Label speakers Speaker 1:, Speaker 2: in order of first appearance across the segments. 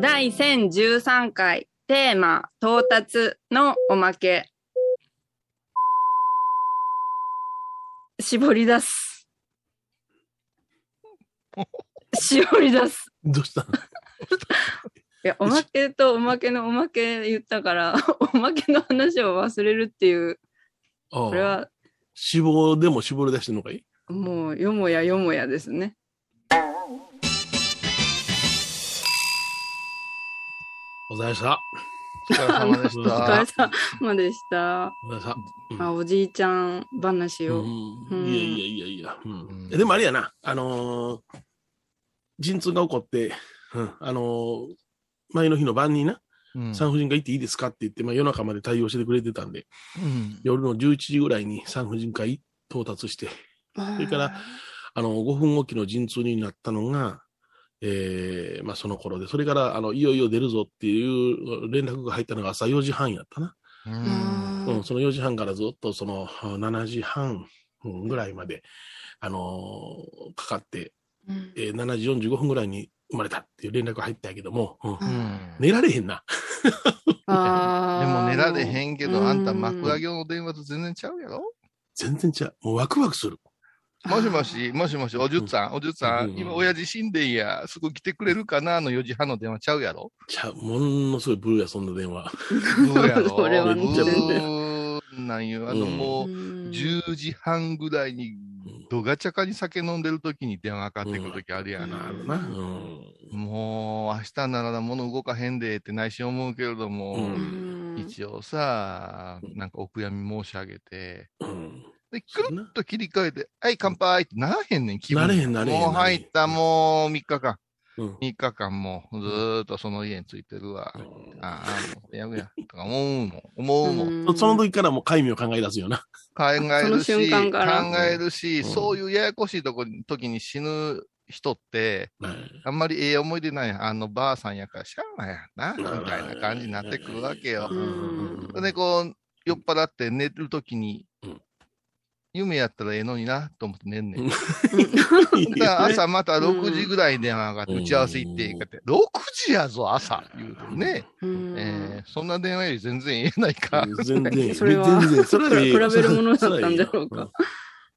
Speaker 1: 第1013回テーマ到達のおまけ絞り出す絞り出す
Speaker 2: どうしたの
Speaker 1: いやおまけとおまけのおまけ言ったからおまけの話を忘れるっていう
Speaker 2: ああ
Speaker 1: これは
Speaker 2: 絞でも絞り出してんのかい
Speaker 1: もうよもやよもやですね
Speaker 2: お疲れ様
Speaker 3: お疲れ様で
Speaker 1: お
Speaker 3: し
Speaker 1: 疲れ
Speaker 3: た。
Speaker 1: 様でした、
Speaker 2: お疲れ様うん
Speaker 1: あおじいちゃん話を、
Speaker 2: う
Speaker 1: うんん
Speaker 2: いやいやいやいや、うん
Speaker 3: うん
Speaker 2: でもあれやな、あのー陣痛が起こって、うんあのー前の日の晩にな、
Speaker 3: うん
Speaker 2: 産婦人科行っていいですかって言って、まあ、夜中まで対応してくれてたんで、
Speaker 3: うん
Speaker 2: 夜の11時ぐらいに産婦人科に到達して、
Speaker 1: そ
Speaker 2: れからあの5分おきの陣痛になったのが、えーまあ、その頃で、それからあのいよいよ出るぞっていう連絡が入ったのが朝4時半やったな。
Speaker 3: うん
Speaker 2: うん、その4時半からずっとそのあ7時半うんぐらいまで、あのーかかって、
Speaker 1: うん
Speaker 2: えー7時45分ぐらいに生まれたっていう連絡が入ったんやけども、うん
Speaker 3: う
Speaker 1: うん
Speaker 3: ん
Speaker 2: 寝られへんな。
Speaker 3: でも寝られへ
Speaker 1: ん。
Speaker 3: んけ
Speaker 1: う
Speaker 3: ど、
Speaker 1: ん
Speaker 3: あんた幕開けの電話と全然ちゃうやろ
Speaker 2: 全然違う。もうワクワクする。
Speaker 3: もしもし、もしもし、おじゅっさん、おじゅっさ
Speaker 2: うん
Speaker 3: ん、今親父死んでんや、すぐ来てくれるかなの4時半の電話ちゃうやろ
Speaker 2: ちゃう、ものすごいブルーや、そんな電話。
Speaker 3: ブーやろ
Speaker 1: それ
Speaker 2: は
Speaker 3: ブ
Speaker 2: ね
Speaker 3: ーなんよ。あの、
Speaker 2: うん
Speaker 3: も
Speaker 1: う
Speaker 3: う、
Speaker 1: ん
Speaker 3: 10時半ぐらいに、どがちゃかに酒飲んでる時に電話かかってくる時あるや
Speaker 1: うん
Speaker 3: な。
Speaker 2: なるな。うん。
Speaker 3: もう、明日なら物動かへんでって内心思うけれども、
Speaker 2: うん
Speaker 1: うん
Speaker 3: 一応さ、なんかお悔やみ申し上げて、
Speaker 2: うん。
Speaker 3: で、くるっと切り替えて、はい、乾杯ってならへんねん、気分
Speaker 2: なれへんなれへん
Speaker 3: もう入った、もう3日間、
Speaker 2: うん。
Speaker 3: 3日間もうずーっとその家についてるわ。ああ、もうやぐや、とか思うもん、思うもん。
Speaker 2: うんその時からもう解明を考え出すよな。
Speaker 3: 考える
Speaker 1: その瞬
Speaker 3: し、
Speaker 1: 間
Speaker 3: 考
Speaker 1: から
Speaker 3: えるし、
Speaker 2: ん
Speaker 3: そういうややこしいとこに時に死ぬ人って、
Speaker 2: はい
Speaker 3: あんまりええ思い出ないやんあのばあさんやからしゃあないやんな、みたいな感じになってくるわけよ
Speaker 2: う。ん
Speaker 3: それでこう、酔っ払って寝るときに、
Speaker 2: うん
Speaker 3: 夢やったらええのになと思って寝んねん。
Speaker 2: いい
Speaker 3: だから
Speaker 2: よね
Speaker 3: 朝また6時ぐらいに電話があって、
Speaker 2: うん
Speaker 3: 打ち合わせ行って、かって、6時やぞ、朝言うてね、
Speaker 1: うん
Speaker 3: えーそんな電話より全然言えないか。
Speaker 2: 全 然、
Speaker 1: それは
Speaker 2: 全然、それはええよ
Speaker 1: 比べるものだったんだろうか。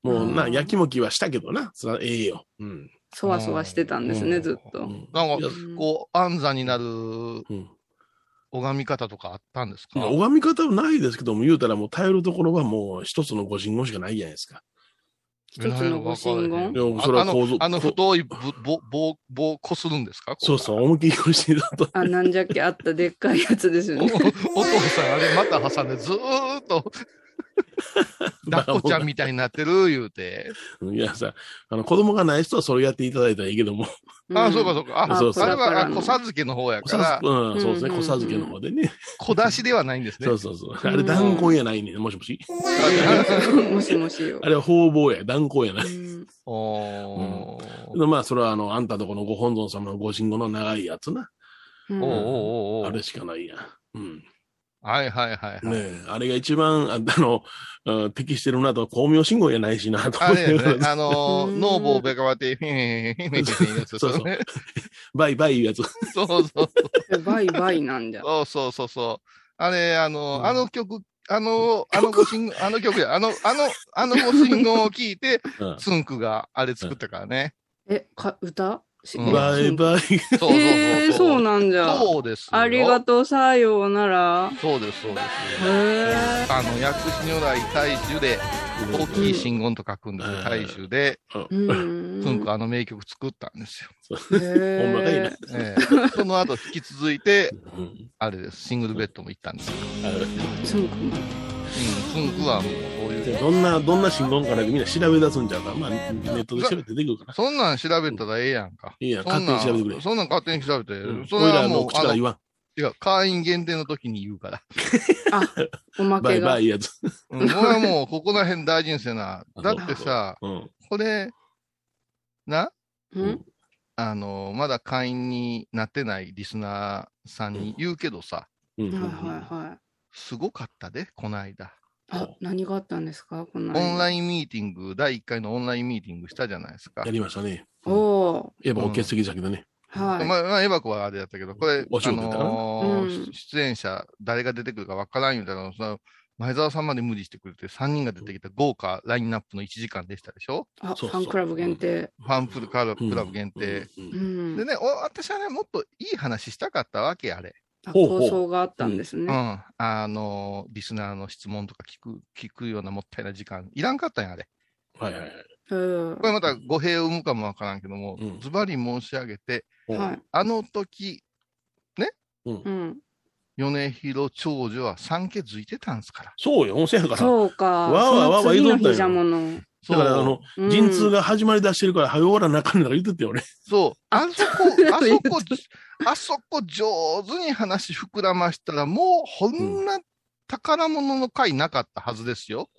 Speaker 2: それはええようんもうな、
Speaker 1: うん
Speaker 2: やきもきはしたけどな、それはええよ。うん。
Speaker 1: そわそわしてたんですね、
Speaker 3: うん
Speaker 1: ずっ
Speaker 2: う
Speaker 1: と。
Speaker 2: ん
Speaker 3: なんか
Speaker 2: いや
Speaker 3: こう、安産になる
Speaker 2: うん
Speaker 3: 拝み方とかあったんですか
Speaker 2: まあ拝み方はないですけども、言うたらもう頼るところはもう一つのご神言しかないじゃないですか。
Speaker 1: 一つのご神言
Speaker 2: いや
Speaker 3: あ
Speaker 2: それ
Speaker 3: あ
Speaker 2: は
Speaker 3: の
Speaker 2: 構造。
Speaker 3: あの
Speaker 2: こ
Speaker 3: 太いぶ棒、棒、棒、こするんですか
Speaker 2: そう
Speaker 3: う。
Speaker 2: そう、思いっきりこれしてたと。
Speaker 1: あ、なんじゃっけ、あったでっかいやつですよ
Speaker 3: おお
Speaker 1: ね。
Speaker 3: 父さん、あれまた挟んで、ずーっと、抱っこちゃんみたいになってる言うて。
Speaker 2: いやさ、あの子供がない人はそれやっていただいたらいいけども、
Speaker 3: ああ、そううんかそうか。あ、
Speaker 2: そうそう
Speaker 3: あれはあ小さづけの方や
Speaker 2: 子
Speaker 3: か
Speaker 2: さ
Speaker 3: ら
Speaker 2: ず、うん、そうですね、
Speaker 1: うんうんう
Speaker 2: 子
Speaker 1: ん
Speaker 2: 授けの方でね。
Speaker 3: 小出しではないんですね
Speaker 2: そ。うそうそう。あれ、断根やないねんもしもし。
Speaker 1: もしもしよ
Speaker 2: あ。れは方々や、断根やな
Speaker 1: う。ん
Speaker 3: おー
Speaker 2: けどまあ、それはあの、あんたとこのご本尊様のご神言の長いやつな。
Speaker 1: うん
Speaker 3: おうおうおうお
Speaker 2: あ
Speaker 3: う
Speaker 2: れしかないやん。うん。ね
Speaker 3: はいはいはいはい。
Speaker 2: え、あれが一番、ああの、うん適してるなと、光明信号やないしなと思
Speaker 3: あ
Speaker 2: っ
Speaker 3: れ
Speaker 2: て、
Speaker 3: やね、あの
Speaker 1: う
Speaker 3: ー、
Speaker 1: ん
Speaker 3: ノーボーベカワテ、フィンフィンフィンフィンフィンやつですよね
Speaker 2: バイバイいうやつ。
Speaker 3: そうそうそう
Speaker 1: バイバイなんじゃ。
Speaker 3: そうそうそうそう。あれ、あの、
Speaker 2: うん
Speaker 3: あの曲、あの、あのご信号、あの曲や、あの、あの、あのご信号を聞いて、
Speaker 2: うん
Speaker 3: つんくがあれ作ったからね。
Speaker 1: え、か歌し
Speaker 3: うん
Speaker 2: バイバイ。
Speaker 3: そうそうそう。
Speaker 1: えー、そうなんじゃ。
Speaker 3: そうですよ。
Speaker 1: ありがとう、さようなら。
Speaker 3: そうです、そうです。
Speaker 1: へ
Speaker 3: あの、薬師如来大衆で、大きい信言と書くんです
Speaker 2: う
Speaker 3: よ、
Speaker 2: ん
Speaker 3: 大衆で。
Speaker 1: え。うん
Speaker 3: つんくあの名曲作った んですよ。
Speaker 1: へ
Speaker 2: ほんまかい
Speaker 1: え
Speaker 2: な。
Speaker 3: ええその後引き続いて、
Speaker 2: うん
Speaker 3: あれです、シングルベッドも行ったんですよ。
Speaker 2: あ
Speaker 1: つんくん
Speaker 3: うん、つんくはもうそういう。
Speaker 2: でどんな、どんな新聞からみんな調べ出すんじゃうか。まあ、ネットで調べて出てくるから。
Speaker 3: そんなん調べたらええやんか。
Speaker 2: いいやん、
Speaker 3: そ
Speaker 2: 勝
Speaker 3: ん
Speaker 2: 手に
Speaker 3: な
Speaker 2: 調べてくれ
Speaker 3: ん、。そんなん勝手に調べて。
Speaker 2: うん
Speaker 3: それ
Speaker 2: 俺
Speaker 3: は
Speaker 2: ら
Speaker 3: も
Speaker 2: の
Speaker 3: う、
Speaker 2: 口か
Speaker 3: あ
Speaker 2: ら
Speaker 3: の、
Speaker 2: 言
Speaker 3: い
Speaker 2: わん。
Speaker 3: や、会員限定の時に言 うから。
Speaker 1: おま
Speaker 2: バ
Speaker 1: け
Speaker 2: イ
Speaker 1: が
Speaker 2: バ。イやつ。
Speaker 3: うん、俺はもう、ここら辺大事にせな
Speaker 2: あ。
Speaker 3: だってさ、
Speaker 2: うん。
Speaker 3: これ、な、
Speaker 1: うん
Speaker 3: あの、まだ会員になってないリスナーさんに言うけどさ、
Speaker 2: うん。
Speaker 1: はいはいはい。
Speaker 3: すごかったで、この間。
Speaker 1: あ、何があったんですかこの間
Speaker 3: オンラインミーティング、第1回のオンラインミーティングしたじゃないですか
Speaker 2: や。りましたね。
Speaker 1: おお
Speaker 2: やっぱ OK すぎじゃけどね。
Speaker 1: ー、はい。
Speaker 3: まあ、まあ、エバコはあれだったけど、これ、
Speaker 2: お仕
Speaker 3: あ
Speaker 2: 事やったからね
Speaker 3: のー
Speaker 1: うん
Speaker 3: 出演者、誰が出てくるかわからんようだら、その前澤さんまで無理してくれて、3人が出てきた豪華ラインナップの1時間でしたでしょ
Speaker 1: あ、フ
Speaker 2: そうそう
Speaker 1: ァンクラブ限定。
Speaker 3: ファンプルカラブクラブ限定。
Speaker 2: うん。うん
Speaker 1: うん。
Speaker 3: でねお、私はね、もっといい話したかったわけ、あれ。
Speaker 1: あ
Speaker 2: ほうほう
Speaker 1: 構想があったんです
Speaker 3: うん。
Speaker 1: ね。
Speaker 3: あのーリスナーの質問とか聞く、聞くようなもったいない時間、いらんかったんや、あれ。
Speaker 2: はいはいはい。
Speaker 1: うん
Speaker 3: こ。れまた語弊を生むかもわからんけども
Speaker 2: うん、
Speaker 3: ズバリ申し上げて、
Speaker 2: おう
Speaker 1: はい。
Speaker 3: あの時、
Speaker 2: うん
Speaker 1: うん。
Speaker 3: 米広長女は産気づいてたんすから。
Speaker 2: そうよ、温泉やから。
Speaker 1: そうか。
Speaker 2: わーわーわー
Speaker 1: そ
Speaker 2: わ
Speaker 1: の次
Speaker 2: ー
Speaker 1: の
Speaker 2: 言うとったよ
Speaker 1: 日じゃもの。
Speaker 2: だから、あの、
Speaker 1: うん
Speaker 2: 陣痛が始まり出してるから、早うらなあかんねんから言ってたよね。
Speaker 3: そう、あそこ、
Speaker 1: う
Speaker 3: あ
Speaker 1: 言
Speaker 3: そう
Speaker 1: と
Speaker 3: こ、あそこ上手に話膨らましたら、もうほんな宝物の回なかったはずですよ。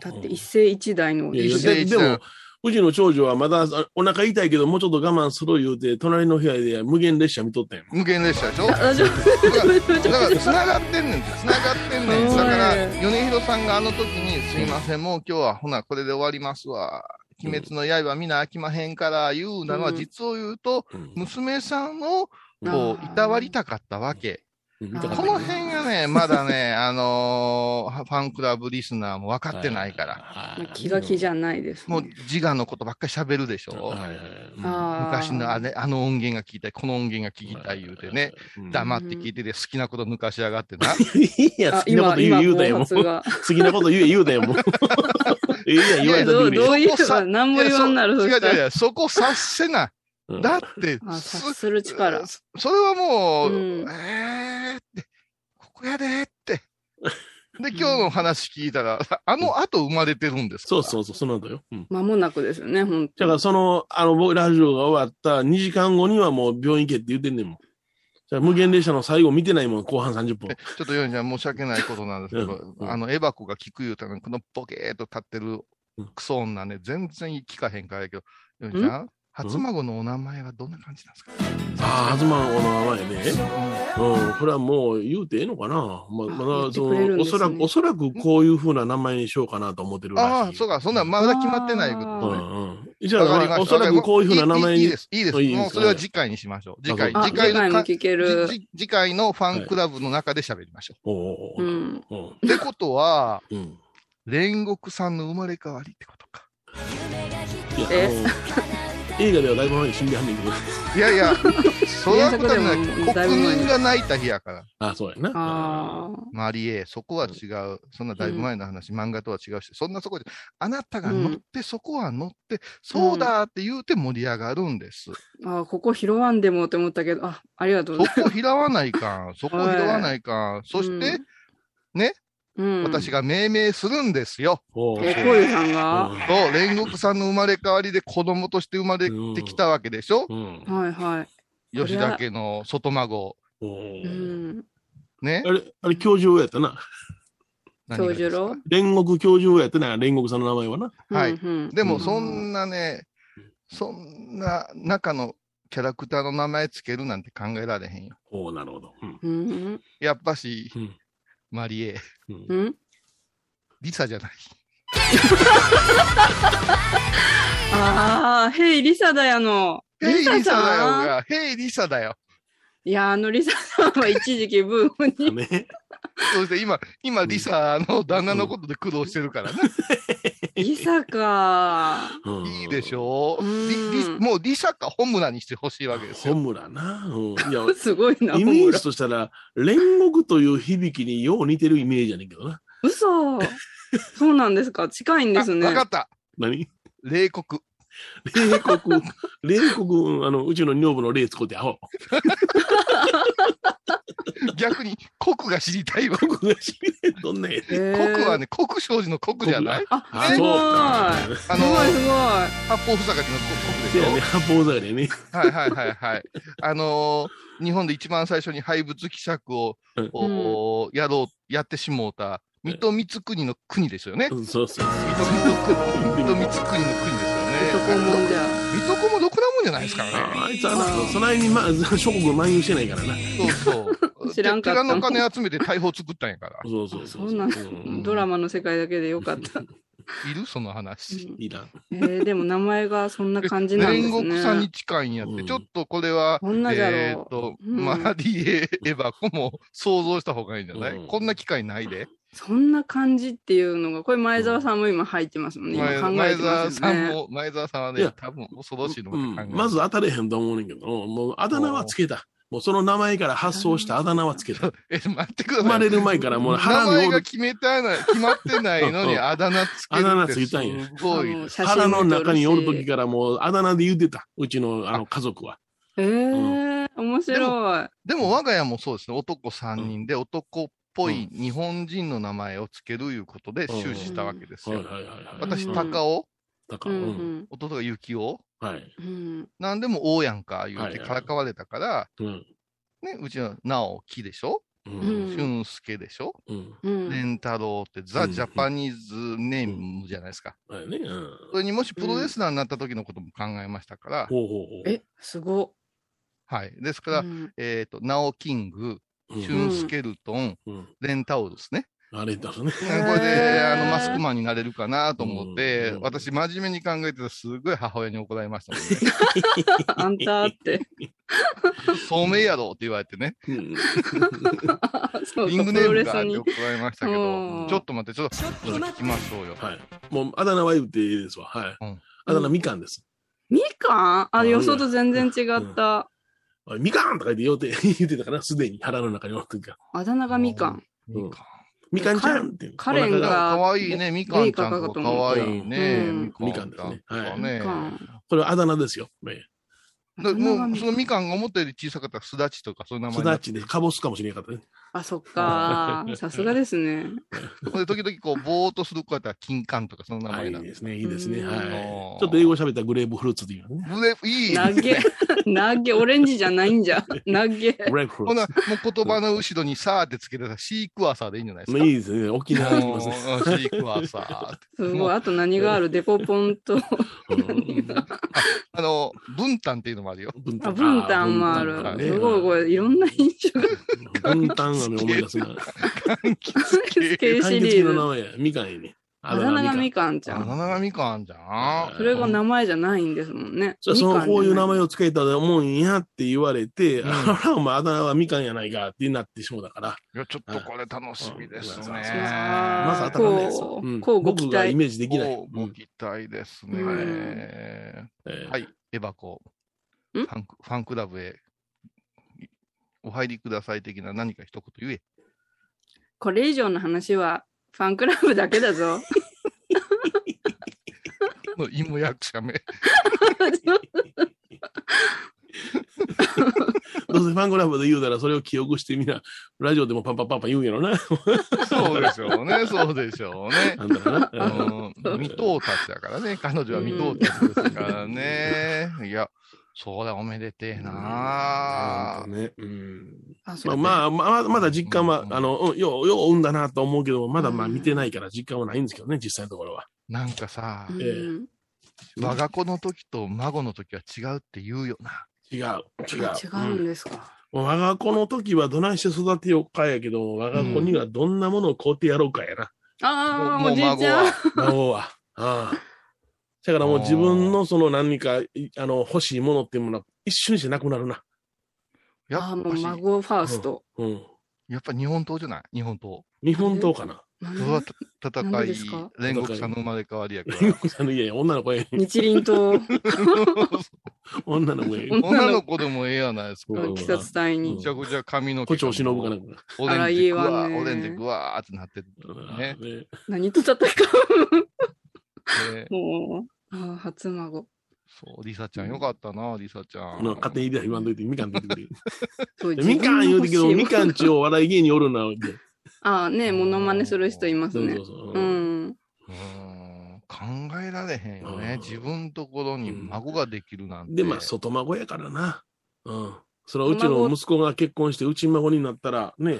Speaker 1: だって一世一代の
Speaker 2: いやいや
Speaker 3: 一世
Speaker 2: で
Speaker 3: 一
Speaker 2: で
Speaker 3: 代
Speaker 2: も、うちの長女はまだあお腹痛いけど、もうちょっと我慢する言うて、隣の部屋で無限列車見とったんやもん。
Speaker 3: 無限列車でしょだか
Speaker 1: あ、ちょっ
Speaker 3: ら、つながってんねんて、つながってんねん
Speaker 1: お
Speaker 3: て。
Speaker 1: い
Speaker 3: だから、米広さんがあの時に、すいません、もう今日は、ほな、これで終わりますわ。鬼滅の刃、みんな飽きまへんから、言うなのは、
Speaker 1: うん
Speaker 3: 実を言うと、
Speaker 2: うん
Speaker 3: 娘さんを、こ
Speaker 1: あ
Speaker 3: う、
Speaker 1: ー
Speaker 3: いたわりたかったわけ。
Speaker 2: うん見たかった
Speaker 3: こ
Speaker 2: けど
Speaker 3: の辺がね、まだね、あのーファンクラブリスナーも分かってないから、
Speaker 2: はい
Speaker 1: と気が気じゃないですね。
Speaker 3: もう自我のことばっかり喋るでしょ。
Speaker 2: はいはい
Speaker 1: あー
Speaker 3: 昔のあれあの音源が聞きたい、この音源が聞きたい言うてね、。
Speaker 2: うん
Speaker 3: 黙って聞いてて好きなこと抜かしやがってな。
Speaker 2: いや、好
Speaker 1: あ
Speaker 2: きなこと言う言うたんやもん。
Speaker 1: 今今暴発
Speaker 2: 好
Speaker 1: が
Speaker 2: きなこと言え言うたん やもん。 ええやん、 言われた
Speaker 1: どう
Speaker 2: 時
Speaker 1: どう
Speaker 2: に。
Speaker 1: 言
Speaker 3: そうこさ
Speaker 1: か 何も言わんなる
Speaker 3: い
Speaker 1: そ
Speaker 3: や
Speaker 1: し
Speaker 3: いや
Speaker 1: た
Speaker 3: い
Speaker 1: ら。
Speaker 3: や、そこ察せな。
Speaker 2: うん
Speaker 3: だって、
Speaker 1: あ、察
Speaker 3: す
Speaker 1: する力。
Speaker 3: それはもう、
Speaker 1: うん
Speaker 3: えーって、ここやでーって。で、今日の話聞いたら、あの後生まれてるんですか
Speaker 2: そ
Speaker 3: ら
Speaker 2: うそうそう、その後よ。うん
Speaker 1: 間もなくですよね、本
Speaker 2: だ
Speaker 1: 当
Speaker 2: から、その、あの、僕ラジオが終わった2時間後にはもう病院行けって言ってんねんもん。じゃあ無限列車の最後見てないもん、後半30分。
Speaker 3: ちょっとヨネちゃん申し訳ないことなんですけど、
Speaker 2: うんうん
Speaker 3: あの、エバコが聞く言うたのに、このボケーっと立ってるクソ女ね、全然聞かへんからやけど、ヨネちゃん、初孫のお名前はどんな感じなんですか、
Speaker 2: ああ、東の名前ね。うん、これはもう言うてええのかな。ま
Speaker 1: あ
Speaker 2: まだ、
Speaker 1: 言
Speaker 2: そ
Speaker 1: ってくれるん
Speaker 2: の、
Speaker 1: で
Speaker 2: お
Speaker 1: すね
Speaker 2: そらく、おそらくこういうふうな名前にしようかなと思ってるらしい。
Speaker 3: ああ、そうか、そんなんまだ決まってないけど
Speaker 2: う
Speaker 1: あ
Speaker 3: ね。
Speaker 2: んうん。じゃあ、おそらくこういうふうな名前
Speaker 3: いい
Speaker 2: に
Speaker 3: で。す、いいです。
Speaker 2: いいです
Speaker 3: もうそれは次回にしましょう。次回、
Speaker 2: あ
Speaker 1: あ、
Speaker 3: 次
Speaker 1: 次
Speaker 3: 回
Speaker 1: 回も
Speaker 3: のか、
Speaker 1: 聞ける。
Speaker 3: じ次回のファンクラブの中で喋りましょ
Speaker 2: おお
Speaker 1: う
Speaker 2: お
Speaker 1: ん。
Speaker 2: おお
Speaker 3: う。ってことは、
Speaker 2: うん。
Speaker 3: 煉獄さんの生まれ変わりってことか。
Speaker 2: いや、あ
Speaker 1: え
Speaker 2: の、映画ではだいぶ前に死んではんねんけど。
Speaker 3: いやい や、それはこと
Speaker 1: 原作
Speaker 3: は
Speaker 1: で
Speaker 3: ない。
Speaker 1: もだいぶ
Speaker 3: 国
Speaker 1: 前
Speaker 3: 民が泣いた日やから。
Speaker 2: あそうやな。
Speaker 1: ああ。
Speaker 3: マリエ、そこは違う。そんなだいぶ前の話、漫画とは違うし、そんなそこで、あなたが乗って、そこは乗って、そうだーって言うて盛り上がるんです。
Speaker 1: あーここ拾わんでもって思ったけど、あ、ありがとうござい
Speaker 3: そこ拾わないかん、そこ拾わないかん。そして、
Speaker 1: ます。うん、
Speaker 3: 私が命名するんですよ。
Speaker 2: おお
Speaker 1: え、こういうさんが、
Speaker 3: と、煉獄さんの生まれ変わりで子供として生まれてきたわけでしょ、
Speaker 2: うん。うん
Speaker 1: はいはい。ん
Speaker 3: 吉田家の外孫。
Speaker 2: お
Speaker 1: う
Speaker 2: ー
Speaker 1: ん。
Speaker 3: ね
Speaker 2: あれ、あれ、教授やったな。
Speaker 3: 何
Speaker 1: 長
Speaker 3: がです
Speaker 1: 寿
Speaker 3: か
Speaker 1: 郎
Speaker 2: 煉獄教授やったな、煉獄さんの名前はな。
Speaker 3: はい
Speaker 1: うんうん、
Speaker 3: でも、
Speaker 2: うん
Speaker 3: そんなね、そんな中のキャラクターの名前つけるなんて考えられへんよ。
Speaker 2: おおなるほど。うん
Speaker 1: うん。
Speaker 3: やっぱし、
Speaker 2: うん
Speaker 3: マリエ、
Speaker 2: うん
Speaker 1: うん。
Speaker 3: リサじゃない。
Speaker 1: ああ、ヘイ、リサだやの。
Speaker 3: ヘイ
Speaker 1: リサ
Speaker 3: リサだよ
Speaker 1: さん
Speaker 3: が、ヘイリサだよ。
Speaker 1: いや、あのリサさんは一時期ブームに。
Speaker 2: ね。
Speaker 3: そして今、今、
Speaker 2: うん
Speaker 3: リサの旦那のことで苦労してるからね。
Speaker 1: リサか。
Speaker 2: うん
Speaker 3: いいでしょう、
Speaker 1: うん
Speaker 3: リリもうリサか本村にしてほしいわけですよ。
Speaker 2: 本村な。うんい や、
Speaker 1: すごいな、
Speaker 2: イメージ
Speaker 1: ほら
Speaker 2: としたら、煉獄という響きによう似てるイメージやねんけどな。
Speaker 1: 嘘。そうなんですか。近いん
Speaker 3: あ
Speaker 1: ですね。
Speaker 3: わかった。
Speaker 2: 何
Speaker 3: 冷酷。
Speaker 2: 冷 酷、冷酷、あの、うちの女房の霊使って、アホ。
Speaker 3: 逆に、酷が知りたいわ。
Speaker 2: 僕が知りどんなやつ
Speaker 1: へー
Speaker 3: 酷はね、酷少女の酷じゃない
Speaker 1: あ、
Speaker 2: あ
Speaker 1: すご
Speaker 2: そう
Speaker 1: い。
Speaker 3: あ
Speaker 1: す
Speaker 3: の、
Speaker 1: ごいすごい。
Speaker 3: 八方塞がりの酷で
Speaker 2: せ
Speaker 3: しょ
Speaker 2: やね、八方坂でね。
Speaker 3: はいはいはいはい。あのー日本で一番最初に廃仏希釈を、
Speaker 2: うん
Speaker 3: おやろう、やってしもうた、水戸光国の国ですよね。
Speaker 2: うんそうそう。
Speaker 3: 水戸光国、水戸光国の国ですよね。
Speaker 1: そこもじゃ
Speaker 3: 水戸黄門もろくなもんじゃないですからね。
Speaker 2: あいつはな、そないに、ま、諸国漫遊してないからな。
Speaker 3: そうそ う。
Speaker 1: 知らんかった
Speaker 3: 寺の金集めて大砲作ったんやから。
Speaker 2: そうそうそう。
Speaker 1: そうなんだ
Speaker 2: ん
Speaker 1: ドラマの世界だけでよかった。
Speaker 3: いるその
Speaker 1: う
Speaker 3: 話。
Speaker 1: ん
Speaker 2: いらん。
Speaker 1: えーでも名前がそんな感じなんで
Speaker 3: 煉
Speaker 1: す
Speaker 3: 獄さんに
Speaker 1: ね。
Speaker 3: 近いんやって、
Speaker 2: うん
Speaker 3: ちょっとこれは、
Speaker 1: こんなじゃろう
Speaker 3: えーっと、
Speaker 1: うん
Speaker 3: マーディエ・エバコも想像した方がいいんじゃない、
Speaker 2: うん
Speaker 3: こんな機会ないで。
Speaker 1: そんな感じっていうのが、これ前澤さんも今入ってますもんね。今
Speaker 3: 前
Speaker 1: 考えて
Speaker 3: 前
Speaker 1: ま
Speaker 3: 澤
Speaker 1: す
Speaker 3: さ
Speaker 1: よ
Speaker 3: ん
Speaker 1: ね。
Speaker 3: も、前澤さんはいね
Speaker 2: や、
Speaker 3: 多分恐ろしいの
Speaker 2: う
Speaker 3: が考え
Speaker 2: ん
Speaker 3: てる、
Speaker 2: まず当たれへんと思うねんけど、もうあだ名はつけた。もうその名前から発想したあだ名はつけ た。
Speaker 3: え、待ってください。
Speaker 2: 生まれる前からもう
Speaker 3: 名
Speaker 2: 腹の
Speaker 3: 前
Speaker 2: 折
Speaker 3: が
Speaker 2: る
Speaker 3: 決めたない、決まってないの
Speaker 2: う
Speaker 3: に
Speaker 2: ん
Speaker 3: あだ名つける
Speaker 2: あだ名
Speaker 3: って
Speaker 2: ついたんや
Speaker 3: すごい
Speaker 1: あの
Speaker 3: です。
Speaker 1: 写真
Speaker 2: 腹の中におる
Speaker 1: 見て
Speaker 2: 時からもうあだ名で言ってた。うちのあの家族は。
Speaker 1: えー、面白い。
Speaker 3: でも我が家もそうですね、男3人で男っぽい日本人の名前をつけるいうことで終始したわけです
Speaker 2: はいは
Speaker 3: よ
Speaker 2: い。はいはい。
Speaker 3: 私、
Speaker 1: うん
Speaker 3: 高尾、
Speaker 2: だか
Speaker 1: う
Speaker 2: ら、
Speaker 1: ん
Speaker 2: うん
Speaker 3: 弟が幸男、
Speaker 2: はい。
Speaker 1: うんうん
Speaker 3: なんでも王やんか言う
Speaker 2: はい
Speaker 3: て
Speaker 2: はい
Speaker 3: からかわれたから、
Speaker 2: うん。
Speaker 3: ね、うちは直樹でしょ、
Speaker 2: う
Speaker 1: うん
Speaker 2: ん。
Speaker 3: 俊介でしょ、
Speaker 2: うん。
Speaker 1: うん
Speaker 3: 蓮太郎って
Speaker 2: う
Speaker 3: ザ・
Speaker 2: ん
Speaker 3: ジャパニーズネームじゃないですか。
Speaker 2: はいね。うん。
Speaker 3: それにもしプロレスラーになった時のことも考えましたから、
Speaker 2: ほうほうほう。
Speaker 1: え、すご
Speaker 3: はい。ですか
Speaker 1: い。
Speaker 3: ら、
Speaker 1: うん
Speaker 3: えっ、と、ナオキング、
Speaker 2: うん
Speaker 3: シュンスケルトン、
Speaker 2: うん。
Speaker 3: レンタオルですね。
Speaker 2: あれだろね。
Speaker 3: こ
Speaker 1: ー
Speaker 3: れで、あの、マスクマンになれるかなと思って、
Speaker 2: うん
Speaker 3: 私、真面目に考えてたら、すごい母親に怒られましたもんね。
Speaker 1: あんたって。
Speaker 3: 聡明やろって言われてね、
Speaker 2: うん
Speaker 1: そう
Speaker 3: リ
Speaker 1: そ
Speaker 3: ン
Speaker 1: う、プ
Speaker 3: グネー
Speaker 1: ロ
Speaker 3: ム
Speaker 1: レ
Speaker 3: がっ
Speaker 1: ス
Speaker 3: て
Speaker 1: に。
Speaker 3: 怒られましたけ
Speaker 1: う
Speaker 3: ど
Speaker 1: ん、
Speaker 3: ちょっと待って、ちょっと、聞きましょうよ。
Speaker 2: はい。もう、あだ名は言っていいですわ。はい。
Speaker 3: うん
Speaker 2: あだ名、みかんです。
Speaker 1: みかんあ、
Speaker 2: うん
Speaker 1: 予想と全然違った。
Speaker 2: おいみかんとか言ってよって 言ってたから、すでに腹の中におる時から。
Speaker 1: あだ名がみかん。
Speaker 2: うん
Speaker 3: みか
Speaker 2: みか
Speaker 3: ん
Speaker 2: んちゃんって。
Speaker 1: カレン
Speaker 2: お腹
Speaker 1: が
Speaker 3: かわいいね、みかんちゃんとかかわいいね
Speaker 1: うん。
Speaker 2: みかんですねはい
Speaker 1: みかん。
Speaker 2: これはあだ名ですよ。ね
Speaker 3: だ
Speaker 1: あだ名が
Speaker 3: もう、
Speaker 1: み
Speaker 3: そのみかんが思ったより小さかったら、すだちとか、そういう名前
Speaker 2: す
Speaker 3: にな
Speaker 2: だ
Speaker 3: って
Speaker 2: ちで、かぼすかもしれなかったね。
Speaker 1: あ、そっか。さすがですね。
Speaker 3: ほんで、時々、こう、ぼーっとする子やったら、金柑とか、その名
Speaker 2: は
Speaker 3: 前
Speaker 2: い、
Speaker 3: に
Speaker 2: い
Speaker 3: ないる。
Speaker 2: ですね。いいですね。
Speaker 1: うん
Speaker 2: はい
Speaker 3: あー。
Speaker 2: ちょっと英語喋ったらグレープフルーツっていうね。
Speaker 3: うれいい。
Speaker 1: 投げ、 投げ、オレンジじゃないんじゃ。投げ。
Speaker 2: グレープフル
Speaker 3: ほな、
Speaker 2: ー
Speaker 3: もう言葉の後ろにさーってつけてたら、シークワーサーでいいんじゃないです
Speaker 2: ツ。
Speaker 3: か。
Speaker 2: いいですね。沖縄行きますね。
Speaker 3: もうシークワーサーって。
Speaker 1: す
Speaker 3: も
Speaker 1: ご
Speaker 3: う
Speaker 1: い。あと何があるデコポンと。
Speaker 2: うん
Speaker 3: あの、分担っていうのもあるよ。
Speaker 2: 分
Speaker 1: あ、分担もある
Speaker 2: 分。担ね
Speaker 1: すごい、これ、いろんな印象が。
Speaker 2: 分担はね思い出 すな。
Speaker 1: 系シ
Speaker 2: 柑
Speaker 1: リ
Speaker 2: 橘の
Speaker 1: ー
Speaker 2: 名
Speaker 1: ズ。
Speaker 2: 前や、みかんやね。
Speaker 1: あだ名がみ
Speaker 2: か
Speaker 1: かんちゃ
Speaker 3: あ
Speaker 1: ん。
Speaker 3: ながみかんじゃん。
Speaker 1: それが名前じゃないんですもんね。
Speaker 2: そうそ
Speaker 1: み
Speaker 2: の
Speaker 1: かんじゃな
Speaker 2: こういう名前をつけたら思うんやって言われて、
Speaker 3: うん
Speaker 2: あら、お前あだ名はみかんやないかってなってしもうだから、
Speaker 3: いや、ちょっとこれ楽しみですね
Speaker 2: うん。まず
Speaker 1: あー
Speaker 2: 当たらないですよ
Speaker 1: こ。う
Speaker 2: うん
Speaker 1: こうご期待
Speaker 2: 僕がイメージできない。
Speaker 3: お
Speaker 2: う
Speaker 3: ご
Speaker 2: ん
Speaker 3: 期待です
Speaker 1: う
Speaker 3: ね。
Speaker 2: えー
Speaker 3: はい、エバコ。フ
Speaker 1: ん
Speaker 3: ァンクファンクラブへお入りください的な何か一言言え。
Speaker 1: これ以上の話は、ファンクラブだけだぞ。
Speaker 3: もう芋役者 め。
Speaker 2: どうせファンクラブで言うならそれを記憶してみんな、ラジオでもパンパンパンパン言うんやろな。
Speaker 3: そうでしょうね、そうでしょう ね。
Speaker 2: あんた ら
Speaker 3: あ
Speaker 2: な。
Speaker 3: の未到達だからね、彼女は未到達ですからね。いや、そりゃおめでてえなあ
Speaker 2: あね。うん。
Speaker 1: あ、そ
Speaker 2: まあ
Speaker 1: う。
Speaker 2: まあ、まあまだ実感は
Speaker 3: う、ん
Speaker 2: あの、うんよう、よう産んだなと思うけど、まだまあ
Speaker 1: うん
Speaker 2: 見てないから実感はないんですけどね、実際のところは。
Speaker 3: なんかさ
Speaker 1: う、ん
Speaker 2: え
Speaker 3: 我が子の時と孫の時は違うって言うよな。
Speaker 2: 違う。違う。
Speaker 1: 違うんですか。
Speaker 2: もう我が子の時はどないして育てようかやけど、我が子にはどんなものを買うてやろうかや な、
Speaker 1: ああ、
Speaker 3: もう
Speaker 1: おじいちゃん。
Speaker 2: 孫は。ああだからもう自分のその何か、いあの、欲しいものっていうものは一瞬じゃなくなるな。
Speaker 3: や
Speaker 1: ああ、
Speaker 3: っ
Speaker 1: もう
Speaker 3: ぱし、
Speaker 1: 孫ファースト。
Speaker 2: うん。
Speaker 3: やっぱ日本刀じゃない日本刀。
Speaker 2: 日本刀かな。
Speaker 1: なん
Speaker 3: 育
Speaker 1: で
Speaker 3: て戦
Speaker 1: なんで
Speaker 3: い
Speaker 1: ですか、
Speaker 3: 煉獄さんの生まれ変わ りやから。
Speaker 2: 煉獄さんの家や、女の子や、
Speaker 1: 日輪と
Speaker 2: 女の子や。
Speaker 3: 女の子でもええやないですか。
Speaker 2: うん
Speaker 1: 鬼殺隊
Speaker 2: う
Speaker 1: に
Speaker 2: ん
Speaker 3: ぐ。ちゃぐちゃ髪の
Speaker 2: 胡
Speaker 3: 毛がも
Speaker 2: 蝶
Speaker 3: う。
Speaker 2: 忍ぶかなんか。
Speaker 3: オ
Speaker 1: あら
Speaker 3: レン
Speaker 1: い
Speaker 3: ジ
Speaker 1: い
Speaker 3: グ
Speaker 1: わ
Speaker 3: ワ
Speaker 1: ね
Speaker 3: ー、オレンジグワーってなってて、ね
Speaker 2: うんね
Speaker 1: 何と戦うもう、ああ、初孫。
Speaker 3: そう、リサちゃんよかったな、リサちゃ
Speaker 2: あ
Speaker 3: ん。
Speaker 2: の勝手に入れ言わんといて、みかん出てくる。
Speaker 1: そう
Speaker 2: みかん言うてけど、みか
Speaker 1: ん。
Speaker 2: んちを笑い芸におるな。で
Speaker 1: ああ、ねモノマネする人います
Speaker 2: そう
Speaker 1: ね
Speaker 2: そ。うそう。
Speaker 1: うん。
Speaker 3: うーん考えられへんよね
Speaker 2: う。ん
Speaker 3: 自分ところに孫ができるなんて。
Speaker 2: で、まあ、外孫やからな。うん。それはうちの息子が結婚して、うち孫になったら、ね。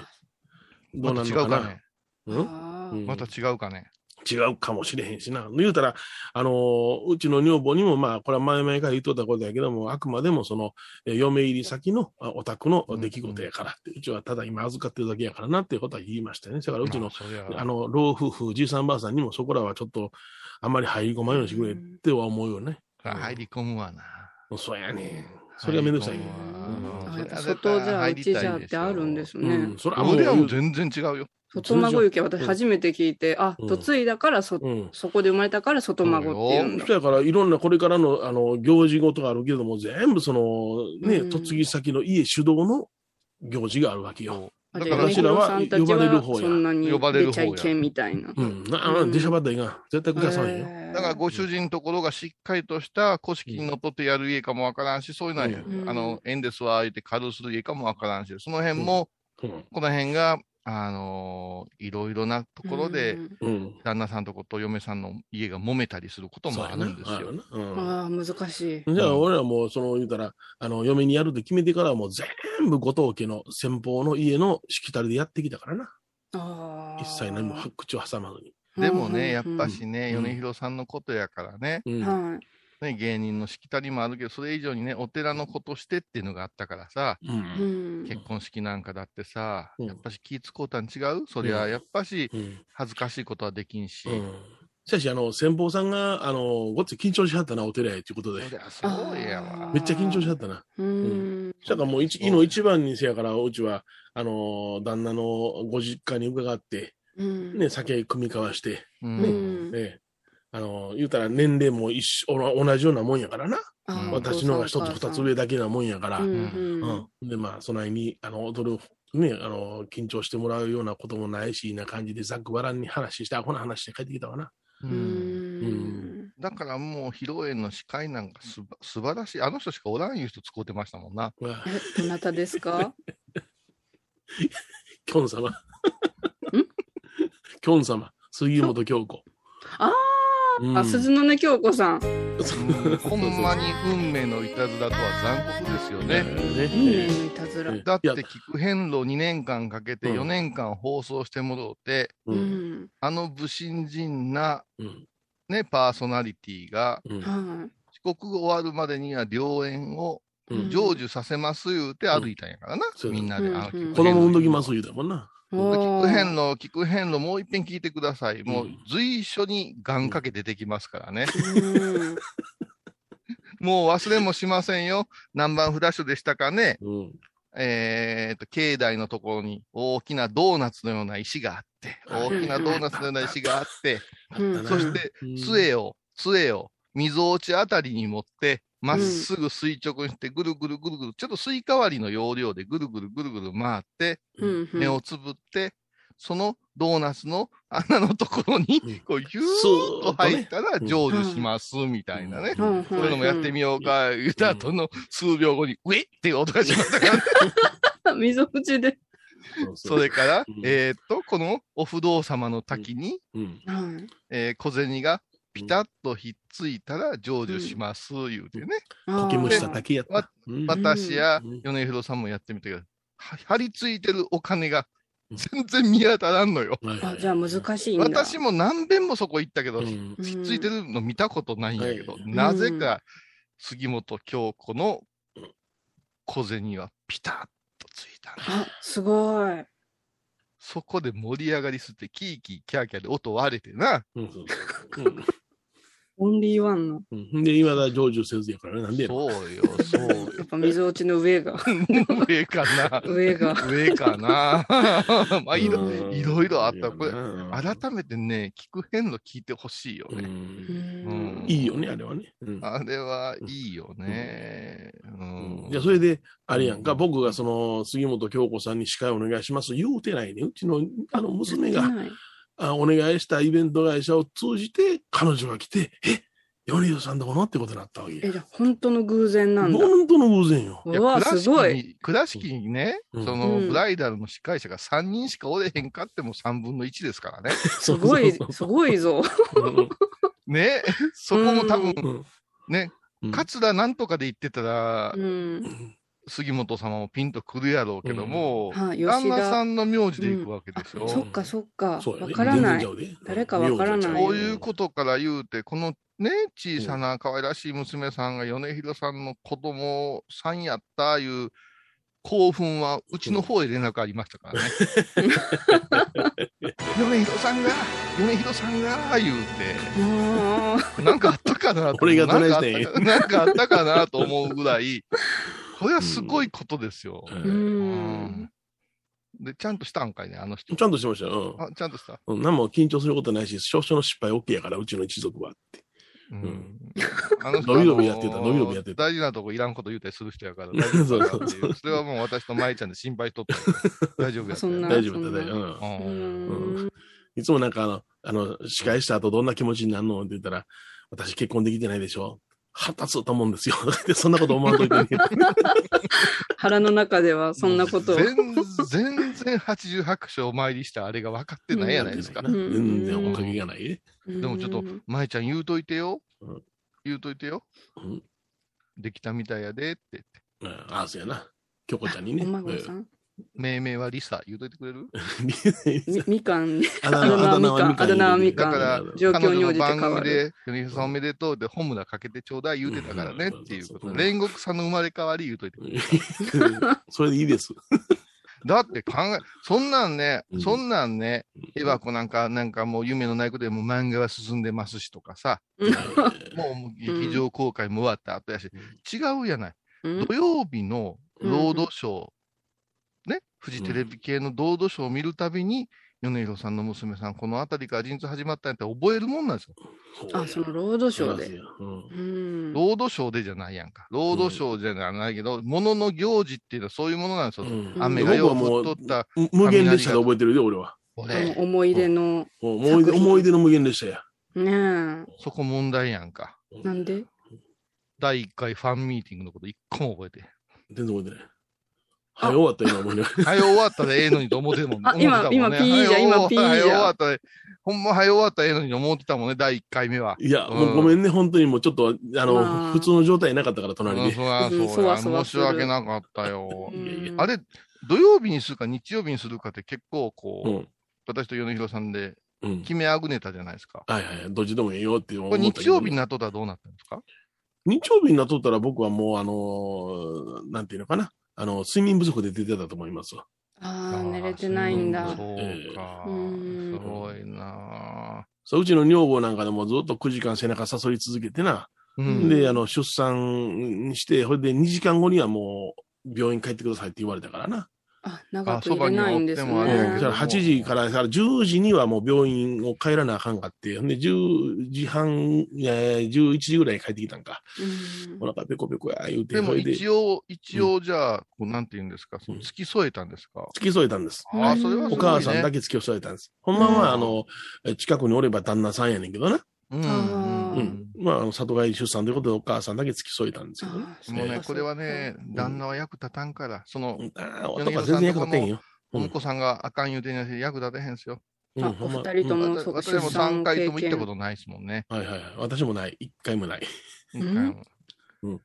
Speaker 2: どう
Speaker 3: ま
Speaker 2: なん
Speaker 3: た違
Speaker 2: のか
Speaker 3: うか
Speaker 2: な
Speaker 3: ね。。
Speaker 2: うん
Speaker 1: ああ
Speaker 2: うん
Speaker 3: また違うかね。
Speaker 2: 違うかもしれへんしな。言うたら、あのーうちの女房にも、まあ、これは前々から言っとったことやけども、あくまでもその、えー嫁入り先のあお宅の出来事やからって、うちはただ今預かってるだけやからなっていうことは言いましたよね。だからうちの、あ
Speaker 3: の、
Speaker 2: の、老夫婦、じいさんばあさんにもそこらはちょっと、あんまり入り込まんようにしてくれっては思うよね。
Speaker 3: 入り込むわな。
Speaker 2: そうやねん。それがめんどくさいね。
Speaker 3: あー
Speaker 1: あ外じゃうちじゃってあるんです
Speaker 2: う
Speaker 1: ね。
Speaker 2: ん、それはもう
Speaker 3: 俺らも全然違うよ。
Speaker 1: 外孫行け私初めて聞いて、あ、
Speaker 2: うん
Speaker 1: 嫁いだからそ、
Speaker 2: うん。
Speaker 1: そこで生まれたから外孫っていうんだ。
Speaker 2: そやから、いろんなこれからの、あの、行事事があるけれども、全部その、ね、
Speaker 1: うん
Speaker 2: 嫁ぎ先の家主導の行事があるわけよ。
Speaker 1: あ
Speaker 3: だ
Speaker 1: じ
Speaker 3: か
Speaker 1: ゃあ
Speaker 3: ら
Speaker 1: 嫁
Speaker 2: 私らは
Speaker 1: 広さんたち
Speaker 2: 呼ばれる方や
Speaker 1: そんなに
Speaker 3: 呼ばれ
Speaker 1: 出
Speaker 3: る方
Speaker 1: ち
Speaker 3: や
Speaker 1: ゃいけんみたいな。
Speaker 2: うん。な、あ
Speaker 1: うん
Speaker 2: 出しゃばったらいかん。絶対下さんよ。
Speaker 1: へー
Speaker 3: だからご主人のところがしっかりとした古式にのっとってやる家かもわからんし、そういうのは、
Speaker 1: うん
Speaker 3: あの、縁ですわ、言って稼働する家かもわからんし、その辺も、
Speaker 2: うん。
Speaker 3: この辺が、あのーいろいろなところで、
Speaker 1: うん
Speaker 2: うん。
Speaker 3: 旦那さんとこと嫁さんの家が揉めたりすることもあるんです
Speaker 2: そうや
Speaker 3: よ。
Speaker 2: な。うん
Speaker 1: ああ、難しい。
Speaker 2: じゃあ、俺らもう、その、言うたら、あの、嫁にやるって決めてからはもう全部後藤家の先方の家のしきたりでやってきたからな。
Speaker 1: ああ。
Speaker 2: 一切何も口を挟まずに。
Speaker 3: でもね、やっ
Speaker 1: うんうんう
Speaker 3: ぱ
Speaker 1: ん
Speaker 3: しね、
Speaker 2: うん
Speaker 3: 米広さんのことやからね、
Speaker 2: うん。
Speaker 1: はい。
Speaker 3: ね、芸人のしきたりもあるけど、それ以上にね、お寺のことしてっていうのがあったからさ、
Speaker 1: う
Speaker 2: う。
Speaker 1: んん
Speaker 3: 結婚式なんかだってさ、
Speaker 2: うん
Speaker 3: やっぱし気ぃ使うたん違うそりゃ、やっぱし
Speaker 2: うん。
Speaker 3: 恥ずかしいことはできんし。
Speaker 2: うん。しかし、あの、先方さんが、あの、ごっつい緊張しはったな、お寺へっていうことで
Speaker 3: そ。りゃそうやわ
Speaker 1: あー。
Speaker 2: めっちゃ緊張しはったな。
Speaker 1: うん。
Speaker 2: だからもう一、いの一番にせやから、うちは、あの、旦那のご実家に伺って、
Speaker 1: うん
Speaker 2: ね、酒組み交わして、
Speaker 3: う。
Speaker 1: うんん。
Speaker 2: ね、あの、言うたら年齢も一緒、おな同じようなもんやからな。
Speaker 1: あー
Speaker 2: 私のが一つ二つ。上だけなもんやから。
Speaker 1: お
Speaker 2: うん。
Speaker 1: 父さんお母さんうんうん
Speaker 2: で、まあ、そないに、あの、踊る、ね、あの、緊張してもらうようなこともないし、な感じでざっくばらんに話して、あ、この話して帰ってきたわな。
Speaker 3: う
Speaker 1: うんん。
Speaker 3: だからもう披露宴の司会なんかすば素晴らしい。あの人しかおらんいう人使うてましたもんな。
Speaker 2: うわ
Speaker 1: え、どなたですか
Speaker 2: きょん様。 きょん様。杉本京子。
Speaker 1: あ
Speaker 2: う
Speaker 1: あ、
Speaker 2: ん
Speaker 1: あ、鈴の音京子さん。
Speaker 3: うんほんまに運命のいたずらとは残酷ですよね。
Speaker 1: 運
Speaker 2: ね
Speaker 1: 命のいたずら。
Speaker 3: だっ
Speaker 2: い
Speaker 3: て
Speaker 2: や
Speaker 3: 聞く遍路2年間かけて
Speaker 2: うん
Speaker 3: 4年間放送してもろうて、
Speaker 2: う。
Speaker 1: うんん。
Speaker 3: あの不信心な、
Speaker 2: うん。
Speaker 3: ね、パーソナリティが
Speaker 2: うん。
Speaker 1: はい。
Speaker 3: 帰国終わるまでには良縁を
Speaker 2: うん
Speaker 3: 成就させます言うて歩いたんやからな、
Speaker 2: そう
Speaker 3: みんなで。
Speaker 1: うん
Speaker 3: あの。
Speaker 1: うん
Speaker 2: 子供産んどきますす言うたもんな。
Speaker 3: 聞く遍
Speaker 1: おー
Speaker 3: 路、聞く遍路、もう一遍聞いてください。もううん随所に願掛け出てきますからね。
Speaker 1: うん
Speaker 3: もう忘れもしませんよ。南蛮フラッシュでしたかね。
Speaker 2: うん。
Speaker 3: えー、と、境内のところに大きなドーナツのような石があって、
Speaker 2: はい
Speaker 3: 大きなドーナツのような石があって、
Speaker 1: うん
Speaker 3: そして、
Speaker 2: うん
Speaker 3: 杖を、杖を、溝落ちあたりに持って、まっすぐ垂直にして、ぐるぐるぐるぐる、ちょっとスイカ割りの要領でぐるぐるぐるぐる回って、
Speaker 1: うんうん
Speaker 3: 目をつぶって、そのドーナツの穴のところ
Speaker 2: うん
Speaker 3: に、こう、ゆーっと入ったら
Speaker 2: うん
Speaker 3: 成就します、みたいなね。
Speaker 1: うん
Speaker 3: そういうのもやってみようか、言った後の数秒後に、うえっていう音がしましたか らね。
Speaker 1: 溝口で。
Speaker 2: そう
Speaker 3: そ
Speaker 2: そう。
Speaker 3: れから
Speaker 2: うん、
Speaker 3: えーっと、このお不動様の滝に、
Speaker 2: うん。
Speaker 1: はい。
Speaker 3: えー小銭がピタッとひっついたら成就します、言うてね。
Speaker 1: あ
Speaker 2: こ
Speaker 1: ー
Speaker 2: けむしただけやった。うん
Speaker 3: 私や
Speaker 2: うん
Speaker 3: 米広さんもやってみたけど、は張り付いてるお金が全然見当たらんのよ。
Speaker 2: はいは
Speaker 1: あ
Speaker 2: い
Speaker 1: じゃあ難しいんだ。
Speaker 3: 私も何遍もそこ行ったけど、
Speaker 2: う
Speaker 3: ひ
Speaker 2: ん
Speaker 1: うん
Speaker 3: っついてるの見たことないんやけど、
Speaker 2: はい
Speaker 3: なぜか杉本京子の
Speaker 2: うん
Speaker 3: 小銭はピタッとついたの
Speaker 1: あ、すごい。
Speaker 3: そこで盛り上がりすって、キーキーキャーキャーで音割れてな。
Speaker 2: うんそうそううん
Speaker 1: オンリーワンの。
Speaker 2: うんで、いまだ成就せずやからね、なんでやろ
Speaker 3: そうよ、そう よ。
Speaker 1: やっぱ溝落ちの上が。
Speaker 3: 上かな。
Speaker 1: 上が。
Speaker 3: 上か な。まあ、いろ
Speaker 2: うん
Speaker 3: いろいろあった。これ、
Speaker 2: うん
Speaker 3: 改めてね、聞く遍路聞いてほしいよ
Speaker 2: う
Speaker 1: う
Speaker 3: ね。
Speaker 1: んん
Speaker 2: いいよね、あれはね。うん
Speaker 3: あれはいいよね。うん
Speaker 2: じゃあ、それで、あれやんか、
Speaker 3: うん
Speaker 2: 僕がその、杉本京子さんに司会お願いします。言うてないね。うちの、あの、娘が、
Speaker 1: ない
Speaker 2: あお願いしたイベント会社を通じて、彼女が来て、え、ヨリオさんどこのってことになったわけ
Speaker 1: え、
Speaker 2: や。
Speaker 1: じゃあ本当の偶然なんだ。
Speaker 2: 本当の偶然よ。
Speaker 1: う
Speaker 3: いや
Speaker 1: わ、
Speaker 3: 倉
Speaker 1: す
Speaker 3: 敷
Speaker 1: ごい。
Speaker 3: に倉敷にね、
Speaker 2: うん
Speaker 3: その
Speaker 1: うん
Speaker 3: ブライダルの司会者が3人しかおれへんかっても3分の1ですからね。
Speaker 1: すごい
Speaker 2: そう、
Speaker 1: す
Speaker 2: そう
Speaker 1: ごいぞ。
Speaker 2: そう。
Speaker 3: ね、 そこも多分
Speaker 2: うん
Speaker 3: ね、
Speaker 2: うん
Speaker 3: 桂なんとかで言ってたら
Speaker 1: う、ん。
Speaker 3: 杉本様もピンとくるやろうけども、
Speaker 1: はい、
Speaker 3: 旦
Speaker 1: 吉
Speaker 3: 那さ
Speaker 1: 田。
Speaker 3: んの名字で行くわけでしょ。
Speaker 1: あそっかそっか。
Speaker 2: そうや
Speaker 1: わ
Speaker 2: ね。
Speaker 1: からない。
Speaker 2: 全然ちゃうで
Speaker 1: 誰かわからない
Speaker 3: こ
Speaker 2: 名
Speaker 3: う
Speaker 2: 字
Speaker 3: い
Speaker 2: は違
Speaker 3: うことから言うて、このね、小さな可愛らしい娘さんが米広さんの子供さんやったいう興奮は、うちの方へ連絡ありましたからね。米広さんが、米広さんが、言う
Speaker 1: もう
Speaker 3: て、なんかあったかなと
Speaker 2: 俺がど
Speaker 3: な
Speaker 2: なんい
Speaker 3: かあ
Speaker 2: し
Speaker 3: って
Speaker 2: ん
Speaker 3: たかなんかあったかなと思うぐらい、これはすごいことですよ。
Speaker 2: う。
Speaker 1: うんん。
Speaker 3: で、ちゃんとしたんかいね、あの人。
Speaker 2: ちゃんとしてましたよ。
Speaker 3: あちゃんとした。
Speaker 2: うん。何も緊張することないし、少々の失敗 OK やから、うちの一族は。
Speaker 3: うん
Speaker 2: ん
Speaker 3: あの人
Speaker 2: 伸び伸びやってた
Speaker 3: あの
Speaker 2: 伸び伸びやってた
Speaker 3: 大事なとこいらんこと言うたりする人やから、大丈夫かなって
Speaker 2: そうそ
Speaker 3: いう
Speaker 2: うそう
Speaker 3: それはもう私と舞ちゃんで心配しとった。大丈夫やった
Speaker 1: そ
Speaker 3: よ
Speaker 1: んな
Speaker 2: 大丈夫だった、大丈夫。うん
Speaker 1: う
Speaker 3: うん
Speaker 1: ん。
Speaker 2: いつもなんかあの、あの、司会した後どんな気持ちになるのって言ったら、私結婚できてないでしょ腹立つと思うんですよ。 で、そんなこと思わんといて ね。
Speaker 1: 腹の中ではそんなことを。
Speaker 3: 全全然88章お参りしたあれが分かってないやないですか。
Speaker 1: ん
Speaker 2: 全然面影がないね。
Speaker 1: で
Speaker 3: でもちょっと
Speaker 1: うん
Speaker 3: 舞ちゃん言うといてよ
Speaker 2: うん。
Speaker 3: 言うといてよ
Speaker 2: うん。
Speaker 3: できたみたいやでって言って。
Speaker 2: うんああ、そうやな。京子ちゃんにね。
Speaker 1: お孫さ
Speaker 2: うん
Speaker 1: ん
Speaker 3: 命名はリサ言うといてくれる
Speaker 1: みみかんね。
Speaker 2: あだ名あだ名はみかん。
Speaker 1: あだ名はみ
Speaker 3: かん
Speaker 2: あだ名はみかん
Speaker 1: 状
Speaker 3: 彼
Speaker 1: 況に
Speaker 3: 女
Speaker 1: 応
Speaker 3: の
Speaker 1: じて変
Speaker 3: 番
Speaker 1: わる。
Speaker 3: 組で、ヨネヒさんおめでとうで、本村かけてちょうだい言うてたからねっていうこと
Speaker 2: う
Speaker 3: で。
Speaker 2: ん
Speaker 3: 煉獄さんの生まれ変わり言うといてくれる。
Speaker 2: それでいいです。
Speaker 3: だって考え、そんなんね
Speaker 2: う、ん
Speaker 3: そんなんね、エヴァ子なんか、なんかもう夢のないことでもう漫画は進んでますしとかさ、もう劇場公開も終わった後やし、違うやない。
Speaker 1: うん
Speaker 3: 土曜日のロードショー、ね、フジテレビ系のロードショーを見るたびに、米広さんの娘さん、この辺りから陣痛始まったんやったら覚えるもんなんですよ。
Speaker 1: あ、そのロードショー
Speaker 2: そう
Speaker 1: で。
Speaker 2: やうん
Speaker 1: うん。
Speaker 3: ロードショーでじゃないやんか。ロードショーじゃないけど、ものの行事っていうのはそういうものなんですよ。
Speaker 2: うん
Speaker 3: 雨が
Speaker 2: 僕
Speaker 3: よ
Speaker 2: は
Speaker 3: く
Speaker 2: も
Speaker 3: 降
Speaker 2: う
Speaker 3: っとった、
Speaker 2: 無限列車で覚えてるよ、俺は。
Speaker 1: あ
Speaker 3: 俺
Speaker 1: の、思い出の。
Speaker 2: もう思い出
Speaker 1: 作品
Speaker 2: 思い出の無限列車や。
Speaker 1: ねえ。な
Speaker 3: そこ問題やんか。
Speaker 1: んで
Speaker 3: 第1回ファンミーティングのこと一個も覚えてへん。
Speaker 2: 全然覚えてない。はい、終わったよ、今思いながら。
Speaker 3: 早終わったらええのにと思ってたもんね。
Speaker 1: あ今
Speaker 3: 思ってたもん
Speaker 1: 今
Speaker 3: ね
Speaker 1: P じゃん今 P じゃん
Speaker 3: 早終わったら、ほんま早終わったらええのにと思ってたもんね、第1回目 は。
Speaker 2: いや、
Speaker 3: うん
Speaker 2: もうごめんね、本当にもうちょっと、あの、
Speaker 1: まあ
Speaker 2: 普通の状態なかったから、
Speaker 3: うん
Speaker 2: 隣で。
Speaker 3: そ
Speaker 1: う
Speaker 3: ら
Speaker 1: ん
Speaker 3: そ
Speaker 1: そう
Speaker 3: や
Speaker 1: わそわす
Speaker 3: 申し
Speaker 1: る
Speaker 3: 訳なかったよ
Speaker 1: う。
Speaker 2: いやいや
Speaker 1: ん
Speaker 3: あれ、土曜日にするか日曜日にするかって結構こう、
Speaker 2: うん。
Speaker 3: 私と米広さんで
Speaker 2: うん。
Speaker 3: 決めあぐねたじゃないですか。
Speaker 2: はいはい、どっちでもいいよって思
Speaker 3: こ
Speaker 2: った
Speaker 3: れ
Speaker 2: けど
Speaker 3: 日曜日になっとったらどうなったんですか
Speaker 2: 日曜日になっとったら僕はもう、あのーなんていうのかな。あの、睡眠不足で出てたと思いますわ。
Speaker 1: ああ、寝れてないん
Speaker 3: あ
Speaker 1: だ
Speaker 3: ー。そうか。
Speaker 1: うん
Speaker 3: すごいな
Speaker 2: そう、うちの女房なんかでもずっと9時間背中誘い続けてな。
Speaker 3: ぁ。
Speaker 1: う
Speaker 3: う
Speaker 1: ん
Speaker 3: ん。
Speaker 2: で、あの、出産して、ほいで2時間後にはもう、病院帰ってくださいって言われたからな。
Speaker 1: あ、長く入れないんです
Speaker 3: あそばにおっても
Speaker 2: うん
Speaker 3: あ
Speaker 1: ね
Speaker 2: だ
Speaker 3: れ
Speaker 2: か。ら8時から、だから10時にはもう病院を帰らなあかんかって、ほんで10時半、えー、11時ぐらいに帰ってきたんか。
Speaker 1: うん
Speaker 2: お腹ペコペコや言うて、
Speaker 3: でも
Speaker 2: ほいで、
Speaker 3: 一応、一応じゃあ、こうなんて言うんですか、その付き添えたんですか。
Speaker 2: 付き添えたんです。
Speaker 1: うん
Speaker 3: ああ、それはすごいね
Speaker 2: お母さんだ
Speaker 3: け。
Speaker 2: け付き添えたんです。ほんまは、
Speaker 3: う
Speaker 2: あ
Speaker 3: ん
Speaker 2: の、え近くにおれば旦那さんやねんけどな。
Speaker 3: うん。
Speaker 1: あー
Speaker 2: う
Speaker 3: うんん。
Speaker 2: まああの、里帰り出産ということでお母さんだけ付き添えたんですけどね。
Speaker 1: あー
Speaker 3: もう
Speaker 1: そう
Speaker 3: ね
Speaker 1: か、
Speaker 3: これ はね、旦那は役立たんから、その、
Speaker 2: ああ、男は全然役立てんよ。う
Speaker 3: お
Speaker 2: ん
Speaker 3: 婿さんがあかん言うてんやし、役立てへんすよ。
Speaker 2: う
Speaker 1: そ
Speaker 2: ん、
Speaker 1: うか
Speaker 2: ほ
Speaker 1: あ
Speaker 2: んま
Speaker 1: お二人と
Speaker 2: うん
Speaker 1: も、
Speaker 3: 私
Speaker 1: そうか、
Speaker 3: 私はもう
Speaker 1: 出産
Speaker 3: 3回とも行った
Speaker 1: 経験
Speaker 3: ことないですもんね。
Speaker 2: はいはいはい。私もない。一回もない。
Speaker 3: 一
Speaker 1: ん
Speaker 3: 回も。
Speaker 2: うん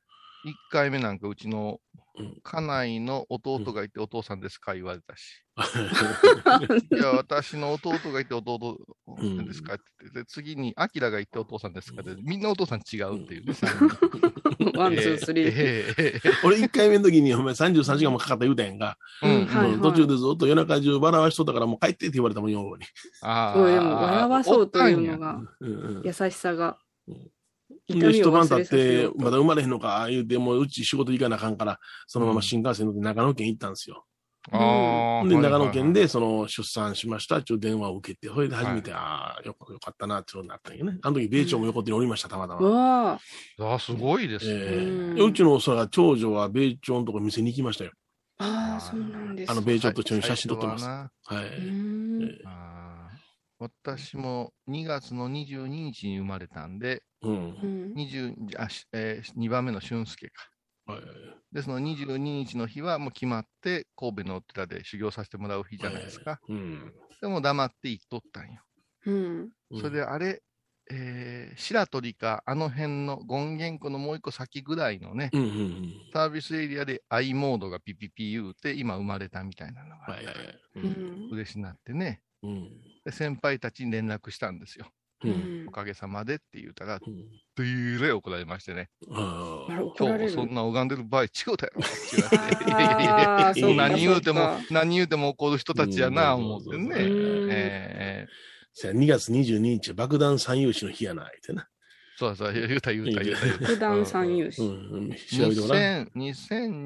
Speaker 3: 1回目なんか、うちの
Speaker 2: うん
Speaker 3: 家内の弟がいて、お父さんですか言われたし。
Speaker 1: あ
Speaker 3: いや、私の弟がいて弟
Speaker 2: ん
Speaker 3: ですかって言って、で次に、アキラがいてお父さんですかって、みんなお父さん違うっていうね。
Speaker 1: ワン、ツー、スリー。
Speaker 3: ええええ
Speaker 2: 俺一回目の時に、お前33時間もかかった言うたやんか。
Speaker 3: うん
Speaker 1: うんはい
Speaker 2: うん途中でずっと夜中中笑わしとったからもう帰ってって言われたもん、女房に。
Speaker 3: あ
Speaker 1: そうでも笑わそうというの
Speaker 3: が。
Speaker 1: が
Speaker 2: うん
Speaker 1: 優しさが
Speaker 2: うん。
Speaker 1: 痛
Speaker 2: で、
Speaker 1: み
Speaker 2: 一
Speaker 1: を
Speaker 2: 晩
Speaker 1: 忘
Speaker 2: 経
Speaker 1: れ
Speaker 2: っ
Speaker 1: させよ
Speaker 2: て
Speaker 1: う、
Speaker 2: ま
Speaker 1: と
Speaker 2: だ生まれへんのか、言うて、もううち仕事行かなあかんから、そのまま新幹線乗って長野県行ったんですよ。
Speaker 3: あー
Speaker 2: で、長野県。で、その、出産しました、ちょっと電話を受けて、それで初めて、ああ、よかよかったな、っていうのになったんやね。あの時、米朝も横手におりました、たまたま。
Speaker 1: わあ、
Speaker 3: はいはいはいあー、すごいですね。
Speaker 2: え
Speaker 1: うん
Speaker 2: えうちの、そら、長女は米朝のとこ店に行きましたよ。
Speaker 1: ああ、そうなんです。
Speaker 2: あの米朝と一緒に写真撮ってます
Speaker 3: 最初はな
Speaker 2: は
Speaker 1: う
Speaker 2: い。
Speaker 1: ーん
Speaker 2: え
Speaker 3: あー私も2月の22日に生まれたんで、
Speaker 2: う。
Speaker 1: うんん
Speaker 3: 20あしえー、2番目の俊介か。
Speaker 2: はい
Speaker 3: で、その22日の日はもう決まって、神戸のお寺で修行させてもらう日じゃないですか。
Speaker 2: うん。
Speaker 3: でも黙って行っとったんよ。
Speaker 1: うん。
Speaker 3: それで、あれ、えー白鳥か、あの辺の権現湖のもう一個先ぐらいのね、
Speaker 2: うんうんうん。
Speaker 3: サービスエリアで i モードがピピピ言うて、今生まれたみたいなのが、
Speaker 2: はいはいはい。う。
Speaker 1: うんん。
Speaker 3: 嬉しになってね、
Speaker 2: うん。
Speaker 3: で先輩たちに連絡したんですよ。
Speaker 2: うん。
Speaker 3: おかげさまでって言った
Speaker 2: う
Speaker 3: ら、
Speaker 2: ん。
Speaker 3: どえらい怒られましてね、
Speaker 2: あ
Speaker 1: あれ怒
Speaker 3: 今
Speaker 1: られ
Speaker 3: 日も
Speaker 1: る
Speaker 3: そんな拝んでる場合違うだよって言われて、いやいやいやいや、
Speaker 1: あー
Speaker 2: そうか
Speaker 3: 何言うて
Speaker 1: そ
Speaker 3: も
Speaker 1: か、
Speaker 3: 何言うても怒る人たちやな、思って
Speaker 2: うん
Speaker 3: ね。
Speaker 2: そうそうそう
Speaker 1: うん
Speaker 3: えー
Speaker 2: せや2月22日、爆弾三遊志の日やないってな。
Speaker 3: そうそう、言うた言うた言うた。
Speaker 1: 普段三遊
Speaker 2: う
Speaker 1: 誌。
Speaker 2: ん。調べてごらん。
Speaker 3: 2000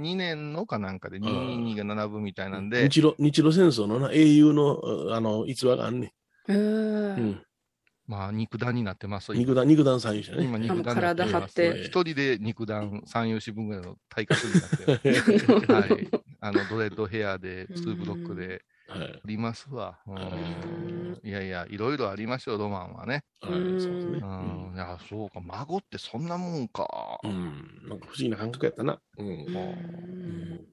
Speaker 3: 2002年のかなんかで222が並ぶみたいなんで、
Speaker 2: 日露、日露戦争のな、英雄の、あの、逸話があんね
Speaker 1: へ
Speaker 2: ん。う
Speaker 1: ー
Speaker 2: ん。
Speaker 3: まあ肉弾になってます。今
Speaker 2: 肉弾、肉弾三遊志ね。。
Speaker 3: 今肉弾にな
Speaker 1: あもう
Speaker 3: って
Speaker 1: 体張
Speaker 3: ま
Speaker 1: っ
Speaker 3: す。
Speaker 1: て
Speaker 3: 一人で肉弾3、4四分ぐらいの体格になって はい。あの、ドレッドヘアで、ツーブロックで
Speaker 2: はい
Speaker 3: ありますわ。うん
Speaker 1: ん
Speaker 3: いやいや、いろいろありますよ、ロマンはね。
Speaker 2: はい。そうですね
Speaker 3: う。ん。いや、そうか。孫ってそんなもんか。
Speaker 2: うん。なんか不思議な感覚やったな。うん。
Speaker 1: うん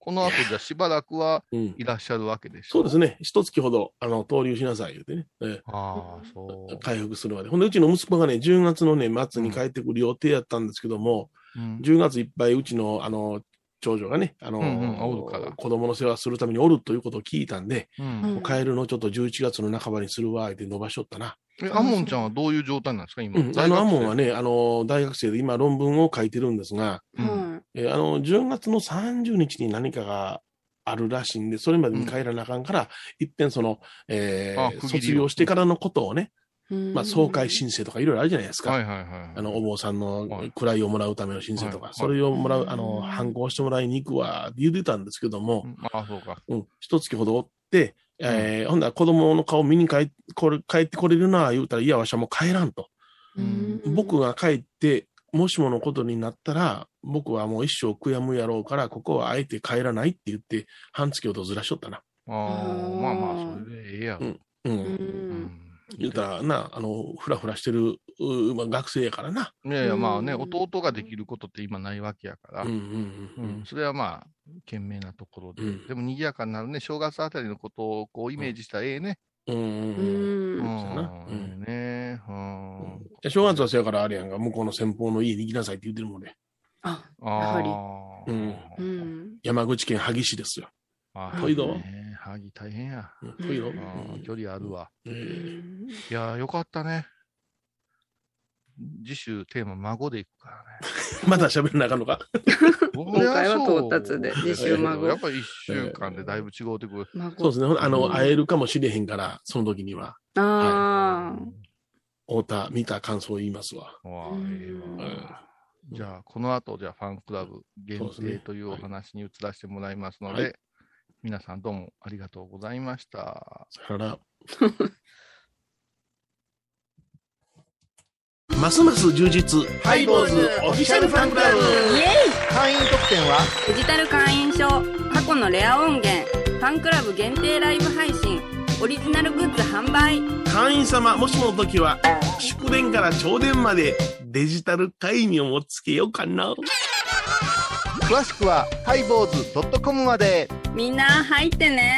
Speaker 3: この後、じゃあしばらくは
Speaker 2: うん
Speaker 3: い。らっしゃるわけでしょ
Speaker 2: そうですね。一月ほど、あの、登竜しなさい、言うてね。ええ
Speaker 3: ああ、そう。
Speaker 2: 回復するまで。ほんで、うちの息子がね、10月のね、末に帰ってくる予定やったんですけども、
Speaker 3: うん
Speaker 2: 10月いっぱい、うちの、あの、長女がね、あの、
Speaker 3: うんうんおるから
Speaker 2: 子供の世話するためにおるということを聞いたんで、
Speaker 3: うん
Speaker 1: うん
Speaker 2: 帰るのちょっと11月の半ばにするわ、で伸ばしとったな。
Speaker 3: え、アモンちゃんはどういう状態なんですか、今。
Speaker 2: うん、あの、アモンは
Speaker 3: ね、
Speaker 2: ね、あの、大学生で今論文を書いてるんですが、
Speaker 3: うん
Speaker 1: は
Speaker 2: えーあの、10月の30日に何かがあるらしいんで、それまでに帰らなあかんから、いっぺんその、えー
Speaker 3: あ区切りを
Speaker 2: 卒業してからのことをね、
Speaker 1: いうん
Speaker 2: まあ、総会申請とかいろいろあるじゃないですか。
Speaker 3: はいはいはい。
Speaker 2: あの、お坊さんの
Speaker 3: はい
Speaker 2: 位をもらうための申請とか、
Speaker 3: はい
Speaker 2: それをもら
Speaker 1: は
Speaker 2: う、
Speaker 1: い
Speaker 2: あの、反抗してもらいに行くわ、言ってたんですけども
Speaker 3: う、んああ、そうか。
Speaker 2: うん、一月ほどおって、えーほんなら子供の顔見に帰っこれ帰ってこれるな、言うたら、いや、わしはもう帰らんと。
Speaker 1: うん
Speaker 2: 僕が帰って、もしものことになったら、僕はもう一生悔やむやろうから、ここはあえて帰らないって言って、半月ほどずらしとったな。
Speaker 3: ああ、まあまあ、それでええやろ。
Speaker 2: う。
Speaker 1: うんん
Speaker 2: 言うたら、な、あの、ふらふらしてる、うまあ、学生やからな。
Speaker 3: いやいや、まあね、
Speaker 1: うん
Speaker 3: 弟ができることって今ないわけやから
Speaker 2: うんう、
Speaker 3: うん
Speaker 2: うん
Speaker 3: ん、それはまあ、賢明なところで
Speaker 2: うん、
Speaker 3: でも賑やかになるね、正月あたりのことをこうイメージしたらええね。
Speaker 2: うん。うん
Speaker 1: う
Speaker 2: うん
Speaker 3: う
Speaker 1: ん。
Speaker 3: ん
Speaker 2: そうやなうん
Speaker 3: ええね。うん
Speaker 2: うんいや正月はせやからあれやんか、向こうの先方の家に行きなさいって言ってるもんね。
Speaker 1: あ、
Speaker 3: ああ。
Speaker 2: うん
Speaker 1: う
Speaker 3: うん。
Speaker 1: ん。
Speaker 2: 山口県萩市ですよ。
Speaker 3: あ
Speaker 1: 遠い
Speaker 2: ぞ
Speaker 3: ね萩大変や。
Speaker 2: うん遠い
Speaker 1: う
Speaker 2: よ。
Speaker 3: うん距離あるわ。
Speaker 2: ええ
Speaker 3: いやー、よかったね。次週テーマ、孫でいくからね。
Speaker 2: まだ喋らなあかんのか。
Speaker 3: 今
Speaker 1: 回は到達で次
Speaker 2: 週
Speaker 1: 孫
Speaker 3: やっぱり一週間でだいぶ違うてくる。
Speaker 1: 孫
Speaker 2: そうですね。ほなあの、
Speaker 1: うん
Speaker 2: 会えるかもしれへんから、その時には、
Speaker 1: あ
Speaker 2: 会うた、見た感想を言いますわ。
Speaker 3: わあ、
Speaker 1: うん
Speaker 3: ええ
Speaker 2: う
Speaker 3: わ
Speaker 2: ん
Speaker 3: じゃあ、この後、じゃあ、ファンクラブ限
Speaker 2: そうです
Speaker 3: 定
Speaker 2: ね
Speaker 3: というお話に移らせてもらいますので、
Speaker 2: はい
Speaker 3: 皆さんどうもありがとうございました。
Speaker 2: さよなら。 ますます充実、ハイボーズオフィシャルファンクラブ。
Speaker 1: あ。イエイ
Speaker 3: 会員特典は
Speaker 1: デジタル会員証過去のレア音源ファンクラブ限定ライブ配信オリジナルグッズ販売
Speaker 2: 会員様、もしもの時は、祝電から朝電までデジタル会員をつけようかな。
Speaker 3: 詳しくは、ハイボーズ .com まで。
Speaker 1: みんな入ってね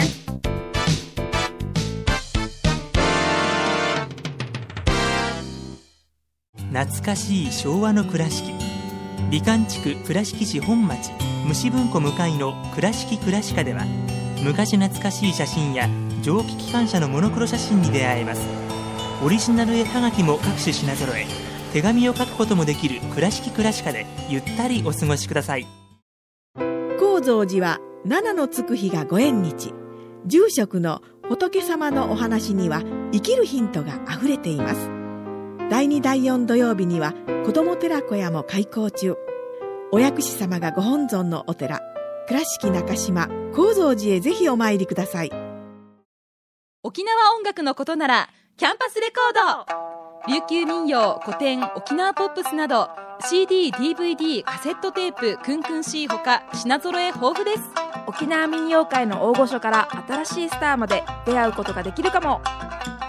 Speaker 4: 懐かしい昭和の倉敷美観地区倉敷市本町虫文庫向かいの「倉敷倉歯科」では昔懐かしい写真や蒸気機関車のモノクロ写真に出会えますオリジナル絵はがきも各種品揃え手紙を書くこともできる「倉敷倉歯科」でゆったりお過ごしください
Speaker 5: 高蔵寺は七のつく日がご縁日住職の仏様のお話には生きるヒントがあふれています第2第4土曜日には子ども寺小屋も開校中お薬師様がご本尊のお寺倉敷中島・高蔵寺へぜひお参りください
Speaker 6: 沖縄音楽のことならキャンパスレコード琉球民謡古典沖縄ポップスなど CDDVD カセットテープクンクン C ほか品揃え豊富です
Speaker 7: 沖縄民謡界の大御所から新しいスターまで出会うことができるかも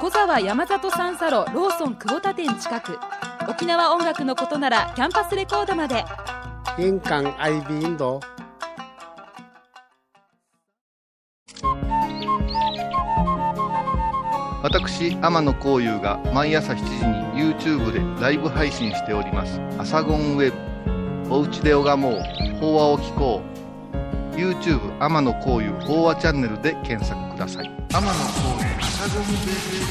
Speaker 6: 小沢山里三佐路ローソン久保田店近く沖縄音楽のことならキャンパスレコードまで
Speaker 8: 玄関アイビーインド
Speaker 3: 私、天野幸雄が毎朝7時に YouTube でライブ配信しております。アサゴンウェブ。おうちで拝もう。法話を聞こう。YouTube 天野幸雄法話チャンネルで検索ください。天野幸雄アサゴンウェ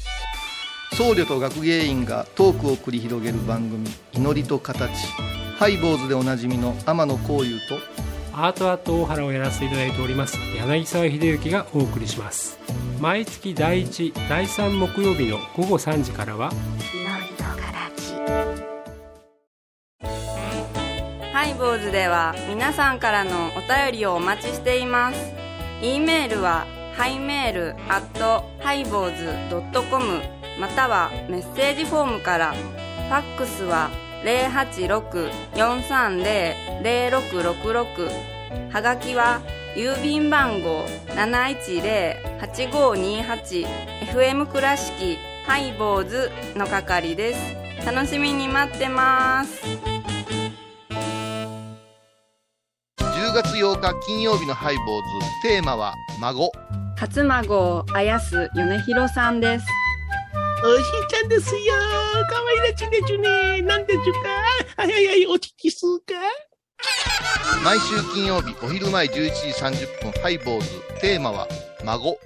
Speaker 3: ブ。僧侶と学芸員がトークを繰り広げる番組「祈りと形」ハイボーズでおなじみの天野幸雄と
Speaker 8: アートアート大原をやらせていただいております柳沢秀幸がお送りします毎月第1第3木曜日の午後3時からは
Speaker 1: ハイボーズでは皆さんからのお便りをお待ちしています。e メールはハイメールアットハイボーズドットコムまたはメッセージフォームから。ファックスは086-430-0666はがきは郵便番号710-8528 FM 倉敷ハイボーズの係です。楽しみに待ってます。
Speaker 3: 10月8日金曜日のハイボーズテーマは孫
Speaker 9: 初孫をあやす米広さんです。
Speaker 2: おじいちゃんですよ。かわいらちねちゅね。なんでちゅか。あいあいあい、おちきすか。
Speaker 3: 毎週金曜日お昼前11時30分ハイボーズテーマは孫